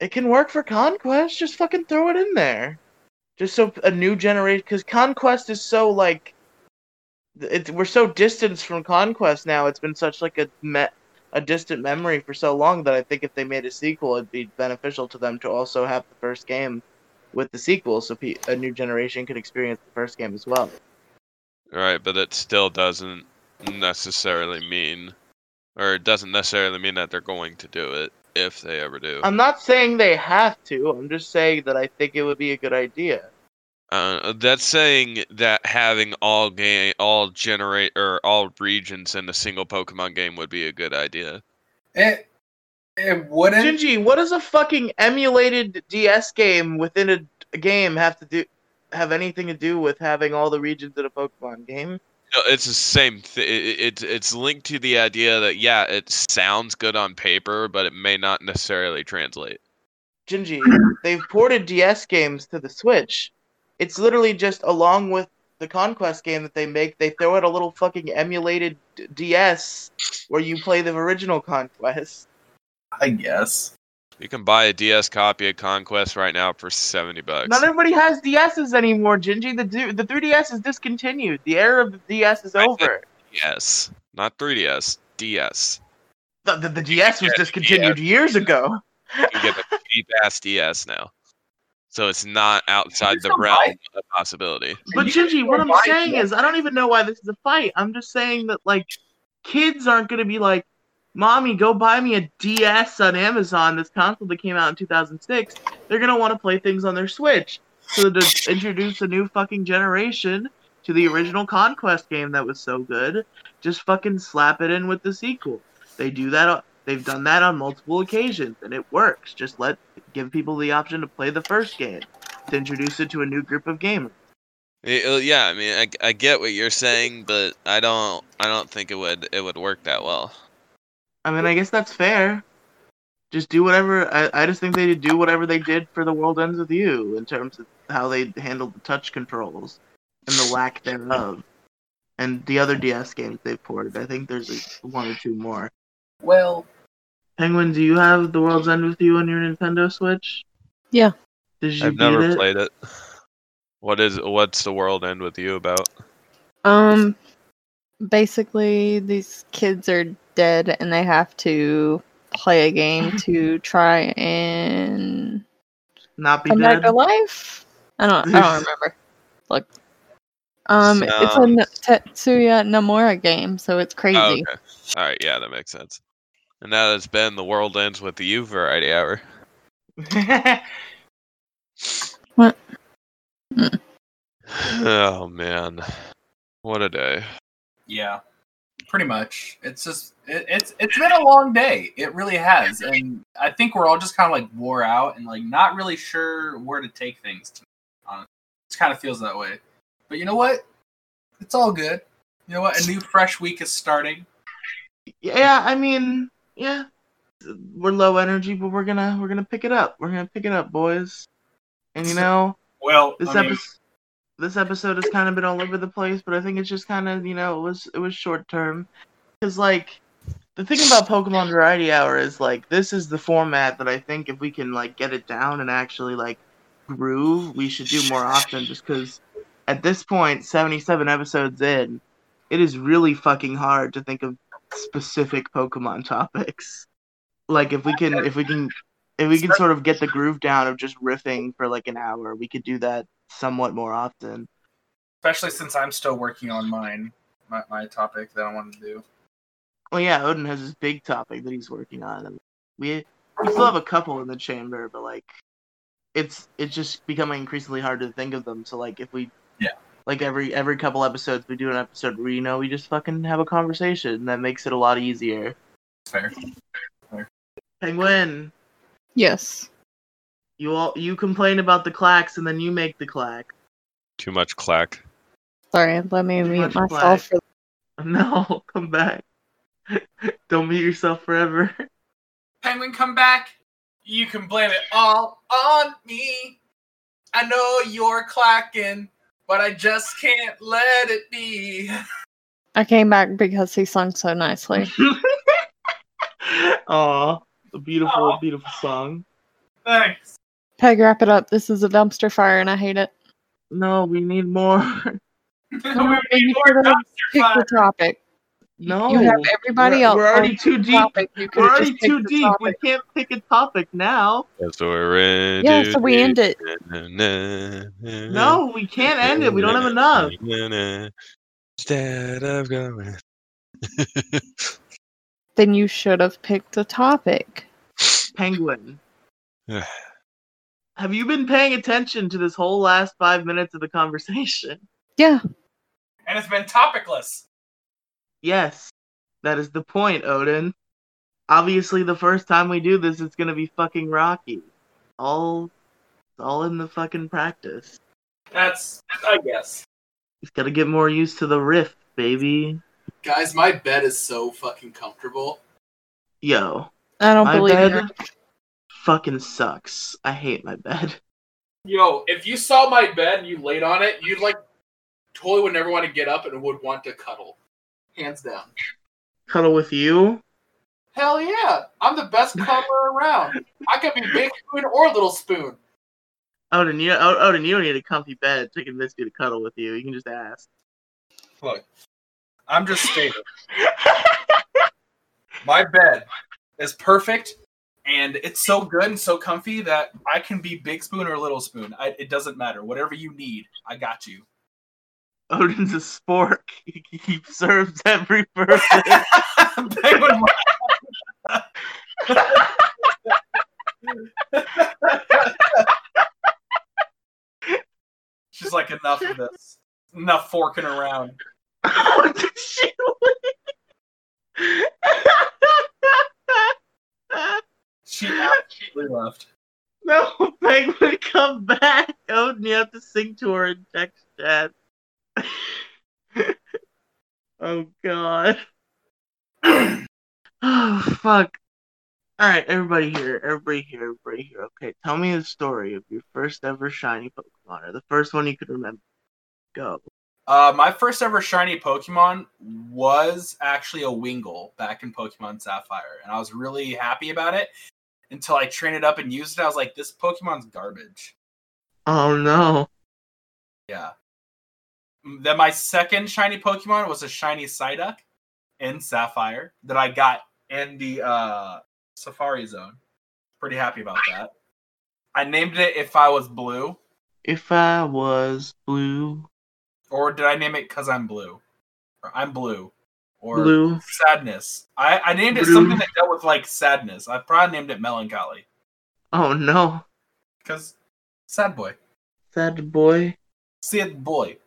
It can work for Conquest. Just fucking throw it in there. Just so a new generation. Because Conquest is so like, it, we're so distanced from Conquest now. It's been such like a me- a distant memory for so long that I think if they made a sequel, it'd be beneficial to them to also have the first game with the sequel, so pe- a new generation could experience the first game as well.
Right, but it still doesn't necessarily mean, or it doesn't necessarily mean that they're going to do it if they ever do.
I'm not saying they have to. I'm just saying that I think it would be a good idea.
Uh, that's saying that having all game, all generate or all regions in a single Pokemon game would be a good idea.
It, it wouldn't.
Jinji, what does a fucking emulated DS game within a, a game have to do? Have anything to do with having all the regions in a Pokemon game?
No, It's the same. Th- it, it's it's linked to the idea that yeah, it sounds good on paper, but it may not necessarily translate.
Jinji, they've ported DS games to the Switch. It's literally just along with the Conquest game that they make, they throw out a little fucking emulated d- DS where you play the original Conquest.
I guess.
You can buy a DS copy of Conquest right now for seventy bucks.
Not everybody has DSs anymore, Gingy. The du- the 3DS is discontinued. The era of the DS is
I
over.
think- yes, not 3DS, DS.
The, the, the DS was
Yeah,
discontinued years ago.
You can get the cheap ass DS now, so it's not outside the
still buy
realm
it.
of possibility.
But
You can
Gingy,
still
what I'm
buy
saying
DS.
is, I don't even know why this is a fight. I'm just saying that like kids aren't gonna be like, "Mommy, go buy me a DS on Amazon." This console that came out in 2006. They're gonna want to play things on their Switch. So to introduce a new fucking generation to the original Conquest game that was so good, just fucking slap it in with the sequel. They do that. o- They've done that on multiple occasions, and it works. Just let give people the option to play the first game to introduce it to a new group of gamers.
Y- uh, Yeah, I mean, I, I get what you're saying, but I don't, I don't think it would, it would work that well.
I mean, I guess that's fair. Just do whatever. I, I just think they do whatever they did for The World Ends with You in terms of how they handled the touch controls and the lack thereof. And the other DS games they've ported. I think there's like one or two more.
Well,
Penguin, do you have The World's End with You on your Nintendo Switch?
Yeah.
Did you
I've
beat
never
it?
played it. What is, what's the world end with you about?
Um, basically, these kids are dead and they have to play a game to try and
Not be
come back
dead.
to life. I don't, I don't remember. Look, um, it's a N- Tetsuya Nomura game, so it's crazy.
Oh, okay. All right, yeah, that makes sense. And that has been the world ends with the you variety hour.
What? Mm.
oh man, what a day!
yeah, pretty much. It's just it, it's it's been a long day. It really has, and I think we're all just kind of like wore out and like not really sure where to take things. To, honestly. It kind of feels that way. But you know what? It's all good. You know what? A new fresh week is starting.
yeah, I mean, yeah. We're low energy, but we're gonna we're gonna pick it up. We're gonna pick it up, boys. And you know,
Well,
this
I mean,
episode this episode has kind of been all over the place but i think it's just kind of you know it was it was short term because like the thing about pokemon variety hour is like this is the format that i think if we can like get it down and actually like groove we should do more often just because at this point 77 episodes in it is really fucking hard to think of specific pokemon topics like if we can if we can if we can sort of get the groove down of just riffing for like an hour, we could do that somewhat more often.
especially since I'm still working on mine, my, my topic that I wanted to do.
Well, yeah, Odin has his big topic that he's working on, and we we still have a couple in the chamber, but like it's it's just becoming increasingly hard to think of them. So like if we
Yeah.
like every every couple episodes we do an episode where you know we just fucking have a conversation, and that makes it a lot easier.
Fair.
Penguin,
Yes.
you all you complain about the clacks, and then you make the clack.
Too much clack.
Sorry, let me
Too
mute
much
myself.
black.
For-
No, come back. Don't mute yourself forever.
Penguin, come back. You can blame it all on me. I know you're clacking, but I just can't let it be.
I came back because he sung so nicely.
Aw, a beautiful,
Aw.
beautiful song.
Thanks.
Peg, wrap it up. This is a dumpster fire, and I hate it.
No, we need more.
We
No,
need
you
more
could've
dumpster
Pick
fire.
the topic.
No,
you have everybody
we're,
else.
We're already
on
too
the
deep.
topic. You
We're
could've
already
just picked
too
the
deep. We
topic.
can't pick a topic now.
That's what we're in.
Yeah, so we end it.
Mm-hmm.
No, we can't end it. We don't have enough.
Instead of going.
Then you should have picked a topic.
Penguin,
Ugh.
have you been paying attention to this whole last five minutes of the conversation?
Yeah.
And it's been topicless.
Yes, that is the point, Odin. Obviously, the first time we do this, it's gonna be fucking rocky. All, it's all in the fucking practice.
That's, I guess.
Just gotta get more used to the riff, baby.
Guys, my bed is so fucking comfortable.
Yo,
I don't
my
believe
bed
it.
fucking sucks. I hate my bed.
Yo, if you saw my bed and you laid on it, you'd like totally would never want to get up and would want to cuddle. Hands down.
Cuddle with you?
Hell yeah! I'm the best climber around. I could be Big Spoon or Little Spoon.
Odin, you Od- Odin, you don't need a comfy bed to convince me to cuddle with you. You can just ask.
Look, I'm just stating my bed is perfect, and it's so good and so comfy that I can be Big Spoon or Little Spoon. I, it doesn't matter. Whatever you need, I got you.
Odin's a spork. He, he serves every person.
Penguin She's like, enough of this. Enough forking around.
What did she leave?
She absolutely left.
no, Penguin, come back. Odin, you have to sing to her in text chat. oh, God. oh, fuck. All right, everybody here, everybody here, everybody here. Okay, tell me the story of your first ever shiny Pokemon, or the first one you could remember. Go.
Uh, my first ever shiny Pokemon was actually a Wingull back in Pokemon Sapphire, and I was really happy about it until I trained it up and used it. I was like, this Pokemon's garbage.
Oh, no.
Yeah. Then my second shiny Pokemon was a shiny Psyduck in Sapphire that I got in the uh, Safari Zone. Pretty happy about that. I named it If I Was Blue,
If I was blue,
or did I name it Cause I'm Blue? Or I'm Blue. Or
blue,
Sadness. I, I named it
Blue.
something that dealt with like sadness. I probably named it Melancholy
oh, no.
because sad boy,
Sad boy.
sad boy.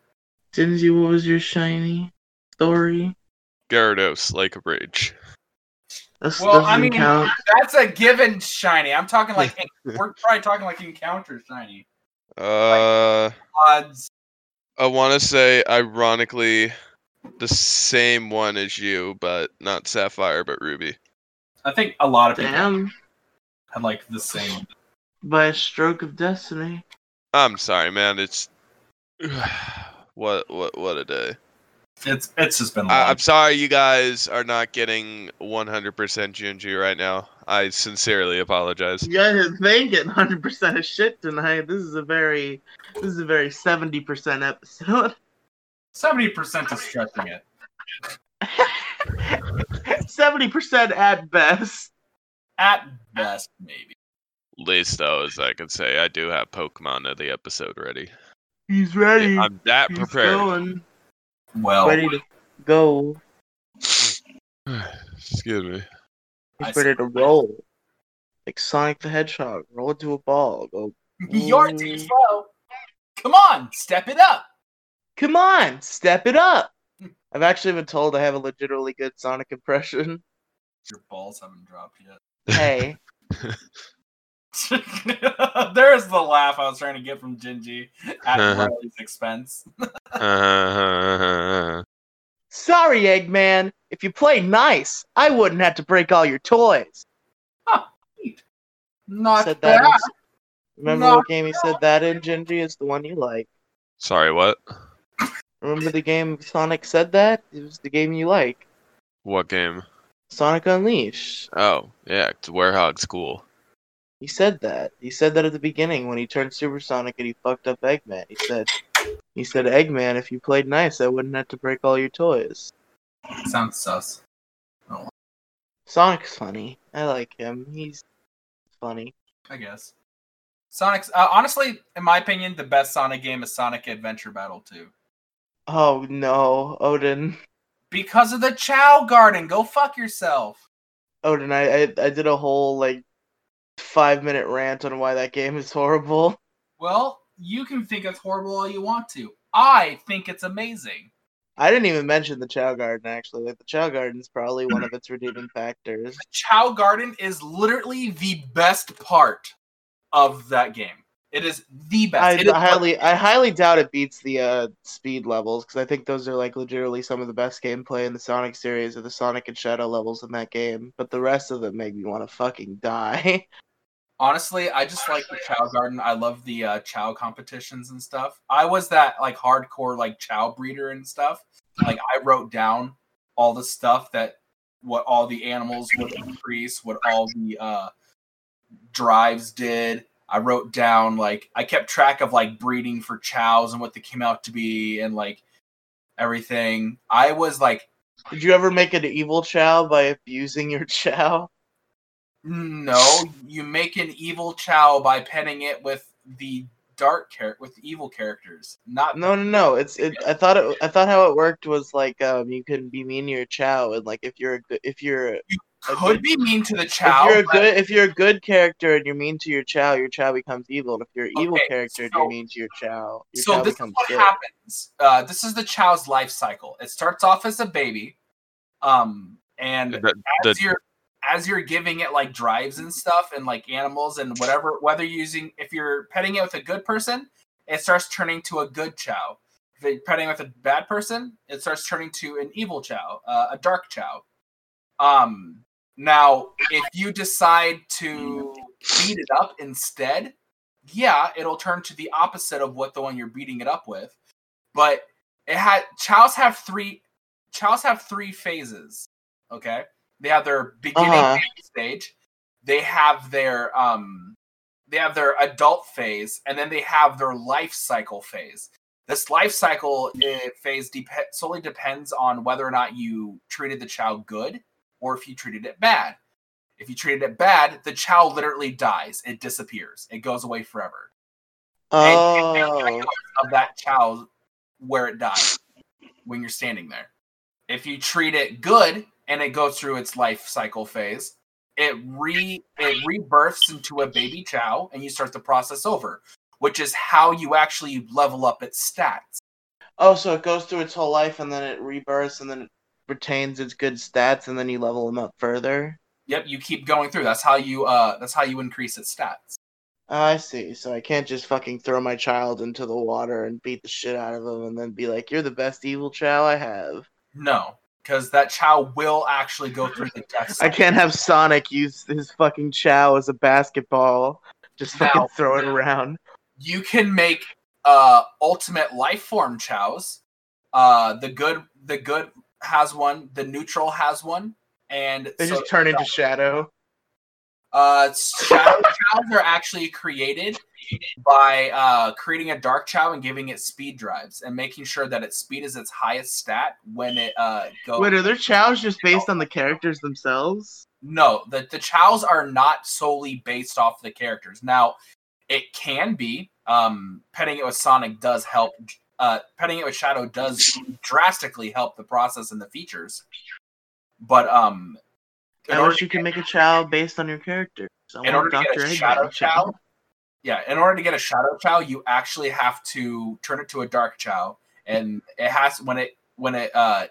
Dinsy, what was your shiny story?
Gyarados, like a bridge.
That's,
Well,
doesn't
I mean,
count.
that's a given shiny. I'm talking like we're probably talking like encounter shiny.
Uh,
Odds.
I want to say, ironically, the same one as you, but not Sapphire, but Ruby.
I think a lot of people
Damn,
had like the same.
by a stroke of destiny.
I'm sorry, man. It's what what what a day.
It's it's just been.
I,
long.
I'm sorry you guys are not getting 100% Junji right now. I sincerely apologize.
You guys have been getting 100% of shit tonight. This is a very, this is a very 70% episode.
Seventy percent is stretching it.
70% at best.
At best, maybe.
Least though, as I can say, I do have Pokemon of the episode ready.
He's ready.
I'm that
He's
prepared.
going.
Well,
Ready to go.
Excuse me.
I
He's
see.
ready to roll. Like Sonic the Hedgehog, roll to a ball. Go.
your team slow. Come on, step it up.
Come on, step it up.
Hmm.
I've actually been told I have a legitimately good Sonic impression.
Your balls haven't dropped yet.
Hey.
There's the laugh I was trying to get from Gingy at
Uh-huh.
Riley's expense.
Uh,
Sorry, Eggman. If you played nice, I wouldn't have to break all your toys.
Not
said that.
bad.
in- remember
Not
what game he said that in, Gingy? It's the one you like.
sorry, what?
Remember the game Sonic said that? It was the game you like.
What game?
Sonic Unleashed.
Oh, yeah, it's Werehog School.
He said that. He said that at the beginning when he turned Supersonic and he fucked up Eggman. He said, he said, Eggman, if you played nice, I wouldn't have to break all your toys.
Sounds sus.
Sonic's funny. I like him. He's funny.
I guess. Sonic's uh, honestly, in my opinion, the best Sonic game is Sonic Adventure Battle 2.
Oh no, Odin.
Because of the Chow Garden. Go fuck yourself.
Odin, I, I I did a whole like five minute rant on why that game is horrible.
Well, you can think it's horrible all you want to. I think it's amazing.
I didn't even mention the Chow Garden actually. Like the Chow Garden's probably one of its redeeming factors.
Chow Garden is literally the best part of that game. It is the best.
I,
It is
I highly I highly doubt it beats the uh, speed levels because I think those are like legitimately some of the best gameplay in the Sonic series or the Sonic and Shadow levels in that game. But the rest of them make me want to fucking die.
Honestly, I just like the Chow Garden. I love the uh, Chow competitions and stuff. I was that like hardcore like Chow breeder and stuff. Like I wrote down all the stuff that what all the animals would increase, what all the uh, drives did. I wrote down like I kept track of like breeding for chows and what they came out to be and like everything. I was like,
Did you ever make an evil chow by abusing your chow?
no, you make an evil chow by penning it with the dark character with evil characters, not
No, no, no. It's it. I thought it. I thought how it worked was like um, you can be mean to your chow, and like if you're a good, if you're a-
could be mean to the
if
chow.
you're a
but-
good if you're a good character and you're mean to your chow, your chow becomes evil. And if you're an evil
Okay,
character and
so-
you're mean to your chow, your
so
chow
this is
becomes
what
good.
happens. Uh, this is the chow's life cycle. It starts off as a baby, um, and
The-
as
the-
you're as you're giving it like drives and stuff and like animals and whatever whether you're using if you're petting it with a good person it starts turning to a good chow if you're petting with a bad person it starts turning to an evil chow uh, a dark chow um now if you decide to beat it up instead yeah it'll turn to the opposite of what the one you're beating it up with but it had chows have three chows have three phases okay they have their beginning
Uh-huh.
stage they have their um they have their adult phase and then they have their life cycle phase this life cycle eh, phase dep- solely depends on whether or not you treated the chow good or if you treated it bad if you treated it bad the chow literally dies it disappears it goes away forever and- and
Oh,
of that child where it dies when you're standing there. If you treat it good and it goes through its life cycle phase, it re it rebirths into a baby chow and you start the process over, which is how you actually level up its stats.
oh, so it goes through its whole life and then it rebirths and then it retains its good stats and then you level them up further.
Yep, you keep going through. That's how you uh that's how you increase its stats.
I see. So I can't just fucking throw my child into the water and beat the shit out of him and then be like, "You're the best evil chow I have."
No, because that chow will actually go through the death
I
cycle.
can't have Sonic use his fucking chow as a basketball, just fucking
No.
throw it around.
you can make uh ultimate life form chows uh the good the good has one the neutral has one and
They
so,
just turn into shadow.
uh shadow chows are actually created by uh creating a dark chow and giving it speed drives and making sure that its speed is its highest stat when it uh goes
Wait, are their chows just based on the characters themselves?
No, the the chows are not solely based off the characters. Now, it can be. Um, petting it with Sonic does help. Uh, petting it with Shadow does drastically help the process and the features. But um, in
I
order
wish
to
you
get-
can make a chow based on your characters. I
in order
want
to
Dr.
get a
Eggman
shadow
chow.
chow, yeah, in order to get a shadow chow, you actually have to turn it to a dark chow, and it has when it when it uh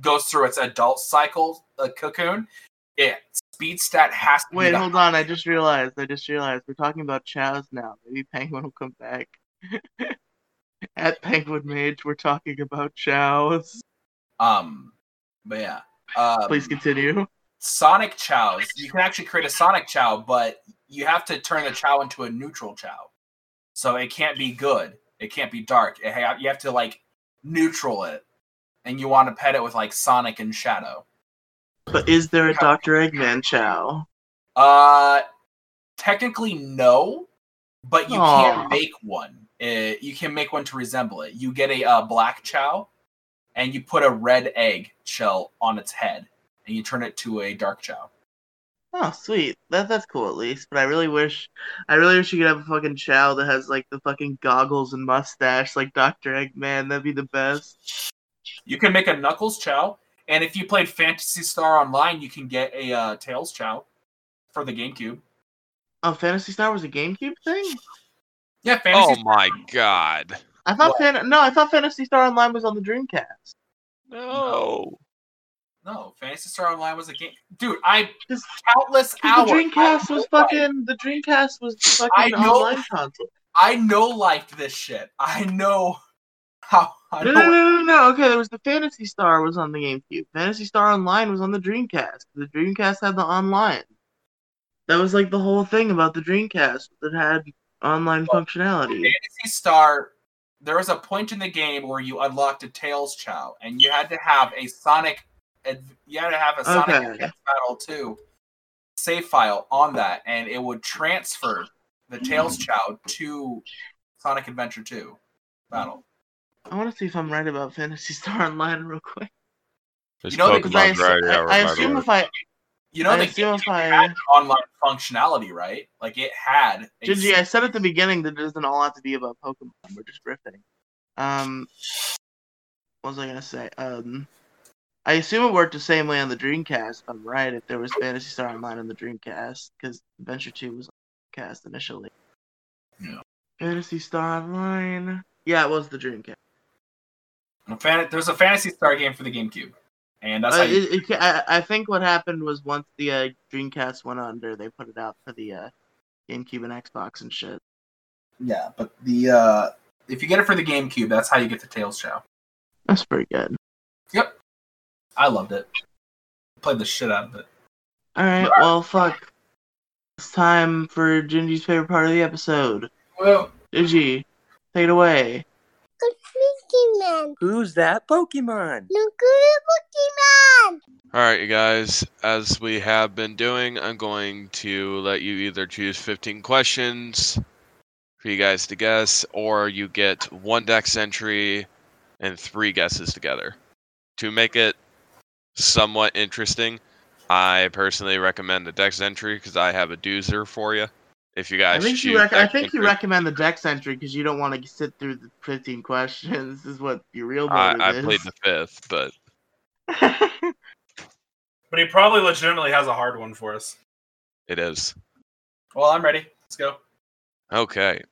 goes through its adult cycle uh, cocoon, it speed stat has to be
Wait,
the
hold on. I just realized. I just realized we're talking about chows now. Maybe Penguin will come back. At Penguin Mage, we're talking about chows.
Um, but yeah. Um,
Please continue.
Sonic chows. You can actually create a Sonic chow, but you have to turn the chow into a neutral chow. So it can't be good. It can't be dark. It ha- you have to like neutral it, and you want to pet it with like Sonic and Shadow.
But is there a Dr. Eggman chow?
Uh, technically no, but you
Aw.
can't make one. Uh you can make one to resemble it. You get a uh, black chow, and you put a red egg shell on its head, and you turn it to a dark chow.
Oh, sweet. That that's cool at least. But I really wish, I really wish you could have a fucking chow that has like the fucking goggles and mustache like Dr. Eggman. That'd be the best.
You can make a Knuckles Chow, and if you played Fantasy Star Online, you can get a uh, Tails Chow for the GameCube.
Oh, Fantasy Star was a GameCube thing.
Yeah,
Oh
Fantasy.
my god.
I thought
What?
Fan- no, I thought Fantasy Star Online was on the Dreamcast.
No.
No, Fantasy Star Online was a game. Dude, I
This-
countless
The
hours.
Dreamcast
I
was
know-
fucking. The Dreamcast was the
I
fucking
know-
online console.
I know liked this shit. I know how. I
No,
know
no, no, no, no. Okay, there was the Fantasy Star was on the GameCube. Fantasy Star Online was on the Dreamcast. The Dreamcast had the online. That was like the whole thing about the Dreamcast that had online functionality.
Fantasy Star. There was a point in the game where you unlocked a Tails Chow, and you had to have a Sonic adv- you had to have a Sonic
Okay.
Advance Battle two save file on that, and it would transfer the Tails
Mm.
Child to Sonic Adventure two battle.
I want to see if I'm right about Fantasy Star Online real quick.
There's
You know,
Pokemon
because
I, assu-
Variety
I-
Hour,
I
by the
assume
way.
if I
You know
I
the
assume
game
if I-
had online functionality, right? Like it had. a-
Gigi, I said at the beginning that it doesn't all have to be about Pokemon. We're just riffing. Um, what was I gonna say? Um, I assume it worked the same way on the Dreamcast. if I'm right. If there was Fantasy Star Online on the Dreamcast, because Adventure Two was on the Dreamcast initially.
Yeah.
Fantasy Star Online. Yeah, it was the Dreamcast.
a fan- there's a Fantasy Star game for the GameCube, and that's
Uh,
how you,
it- it- I, I think what happened was once the uh, Dreamcast went under, they put it out for the uh, GameCube and Xbox and shit.
yeah. But the uh, if you get it for the GameCube, that's how you get the Tails Child.
That's pretty good.
I loved it. Played the shit out of it.
All right, well, fuck. It's time for Gingy's favorite part of the episode.
Well,
Gingy, take it away.
Good Pokemon.
Who's that Pokemon?
Look at the Pokemon.
All right, you guys, as we have been doing, I'm going to let you either choose 15 questions for you guys to guess, or you get one dex entry and three guesses together. To make it somewhat interesting, I personally recommend the dex entry because I have a doozer for you. If you
I
guys
think you,
choose
rec- I
dex
think you
entry-
recommend the Dex entry because you don't want to sit through the 15 questions. This is what your real motive
I, I
is.
played the fifth, but
But he probably legitimately has a hard one for us.
it is.
well, I'm ready. Let's go.
Okay.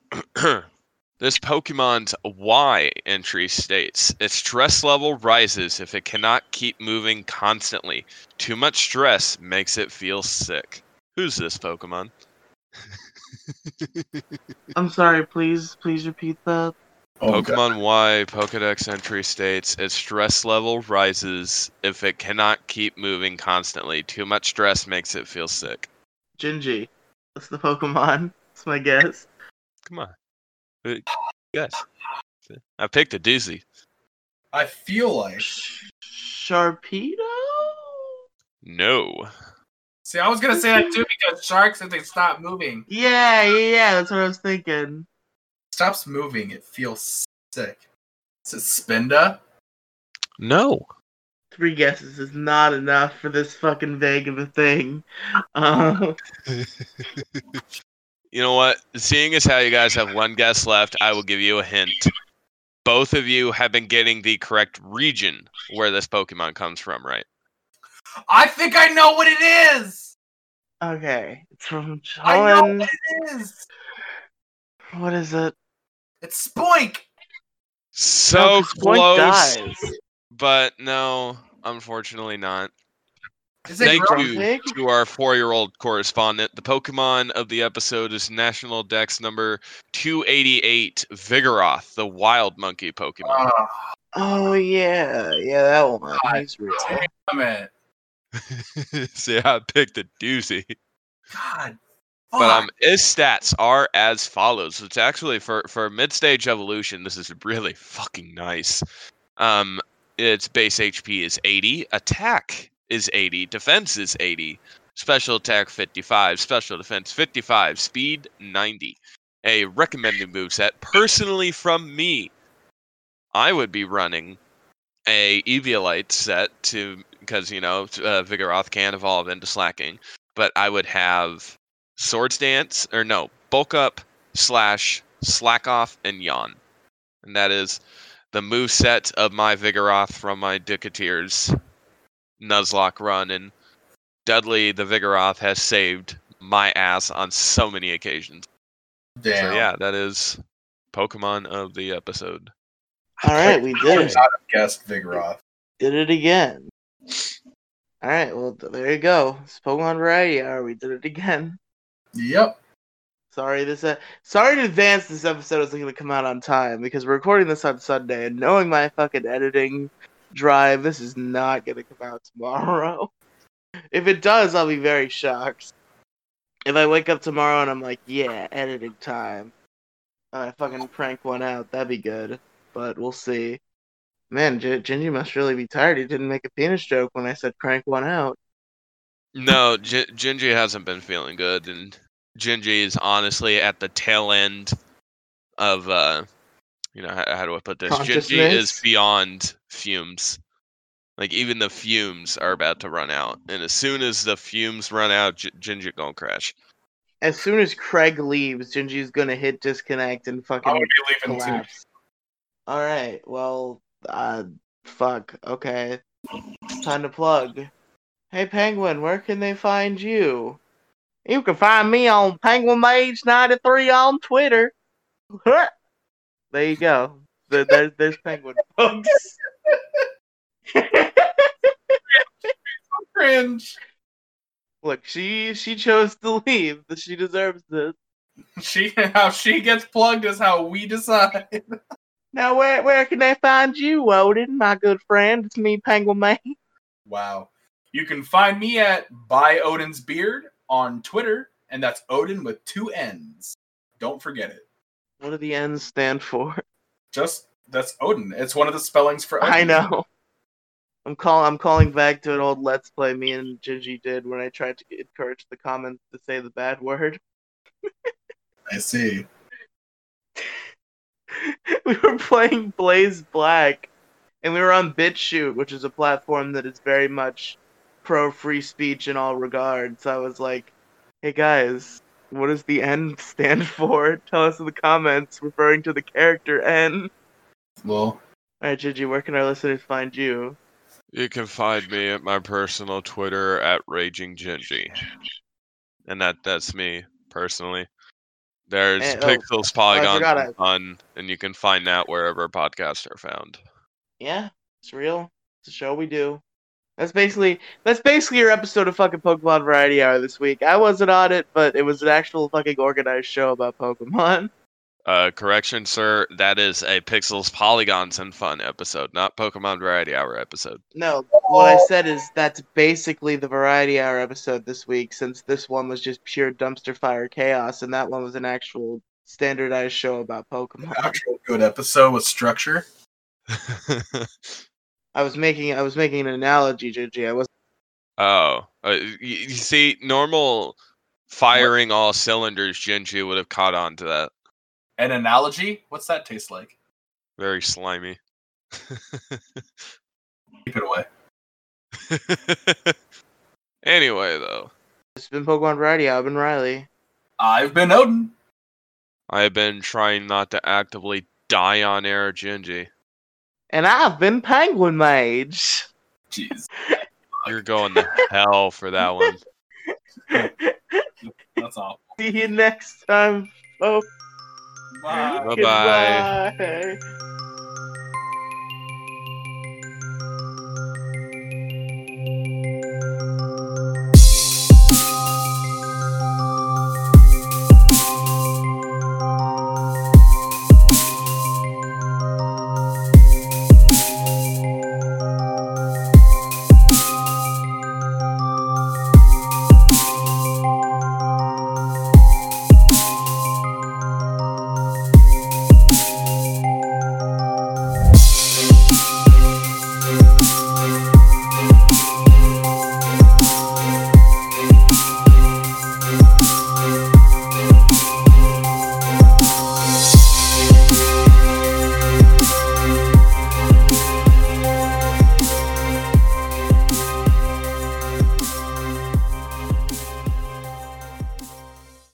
this Pokemon's Y entry states its stress level rises if it cannot keep moving constantly. Too much stress makes it feel sick. Who's this Pokemon?
I'm sorry. Please, please repeat that.
Pokemon Y Pokedex entry states its stress level rises if it cannot keep moving constantly. Too much stress makes it feel sick.
Gingy, that's the Pokemon. That's my guess.
Come on. Uh, Guess. I picked a doozy.
I feel like.
Sh- Sharpedo?
No.
See, I was gonna say that too because sharks, if they stop moving,
Yeah, yeah, yeah. That's what I was thinking.
stops moving, it feels sick. Is it Spinda?
No.
three guesses is not enough for this fucking vague of a thing. Uh,
You know what? Seeing as how you guys have one guess left, I will give you a hint. Both of you have been getting the correct region where this Pokemon comes from, right?
I think I know what it is.
okay, it's from
I know
Holland.
what it is.
What is it?
It's Spoink.
So
No, 'cause Boink
close,
Oh, dies.
but no, unfortunately not.
Is it
Thank
gross?
grow
you
big?
to our four-year-old correspondent. The Pokemon of the episode is National Dex number 288, Vigoroth, the wild monkey Pokemon.
Ah,
Oh yeah, yeah, that one.
God.
He's real.
damn it.
See, I picked a doozy.
God.
But
fuck.
um, his stats are as follows. It's actually for for mid-stage evolution. This is really fucking nice. Um, its base HP is 80, attack is 80, defense is 80, special attack 55, special defense 55, speed 90. A recommended moveset personally from me. I would be running a Eviolite set to because you know uh, Vigoroth can evolve into Slacking, but I would have Swords Dance, or no, Bulk Up, Slash, Slack Off, and Yawn. And that is the move set of my Vigoroth from my Duketeers Nuzlocke run. And Dudley the Vigoroth has saved my ass on so many occasions.
damn.
So, yeah, that is Pokemon of the episode.
All right, we
I
did
would
it.
not have guessed Vigoroth.
Did it again. All right, well th- there you go. It's Pokemon Variety Hour. We did it again.
Yep.
Sorry, this. Uh, sorry in advance. This episode isn't going to come out on time because we're recording this on Sunday, and knowing my fucking editing drive, this is not going to come out tomorrow. If it does, I'll be very shocked. If I wake up tomorrow and I'm like, "Yeah, editing time," and I fucking prank one out, that'd be good. But we'll see. Man, J- Gingy must really be tired. He didn't make a penis joke when I said crank one out.
No, G- Gingy hasn't been feeling good, and Gingy is honestly at the tail end of, uh, you know, how, how do I put this? Gingy is
Consciousness?
beyond fumes. Like even the fumes are about to run out, and as soon as the fumes run out, G- Gingy gonna crash.
As soon as Craig leaves, Gingy's gonna hit disconnect and
I
fucking
Oh,
would be leaving too.
collapse. All right. Well, uh, fuck. Okay. Time to plug. Hey, Penguin, where can they find you? You can find me on PenguinMage93 on Twitter. there you go. There, there, there's Penguin, folks.
Cringe.
Look, she she chose to leave. She deserves this.
She how she gets plugged is how we decide.
Now, where where can they find you, Odin, my good friend? It's me, Penguin Man.
Wow. You can find me at by Odin's beard on Twitter, and that's Odin with two N's. Don't forget it.
What do the N's stand for?
Just that's Odin. It's one of the spellings for Odin.
I know. I'm call I'm calling back to an old Let's Play me and Gingy did when I tried to encourage the comments to say the bad word.
I see.
we were playing Blaze Black, and we were on BitChute, which is a platform that is very much pro free speech in all regards. I was like, "Hey guys, what does the N stand for? Tell us in the comments, referring to the character N."
Well,
All right, Gingy, where can our listeners find you?
You can find me at my personal Twitter at Raging Gingy. And that that's me personally. There's
Eh, oh,
Pixels, Polygons,
forgot
and Fun, and you can find that wherever podcasts are found.
yeah, it's real. It's a show we do. That's basically that's basically your episode of fucking Pokemon Variety Hour this week. I wasn't on it, but it was an actual fucking organized show about Pokemon.
Uh, correction, sir. That is a Pixels, Polygons, and Fun episode, not Pokemon Variety Hour episode.
No, what I said is that's basically the Variety Hour episode this week, since this one was just pure dumpster fire chaos, and that one was an actual standardized show about Pokemon.
actual good episode with structure.
I was making I was making an analogy, JJ. I was
oh, uh, y- y- you see, normal firing all cylinders, Gingy would have caught on to that.
An analogy? What's that taste like?
Very slimy.
Keep it away.
anyway, though,
it's been Pokemon Variety Hour. I've been Riley.
I've been Odin.
I have been trying not to actively die on air, Gingy.
And I've been Penguin Mage.
Jeez.
You're going to hell for that one.
That's all.
See you next time.
Bye.
Bye bye.
Goodbye.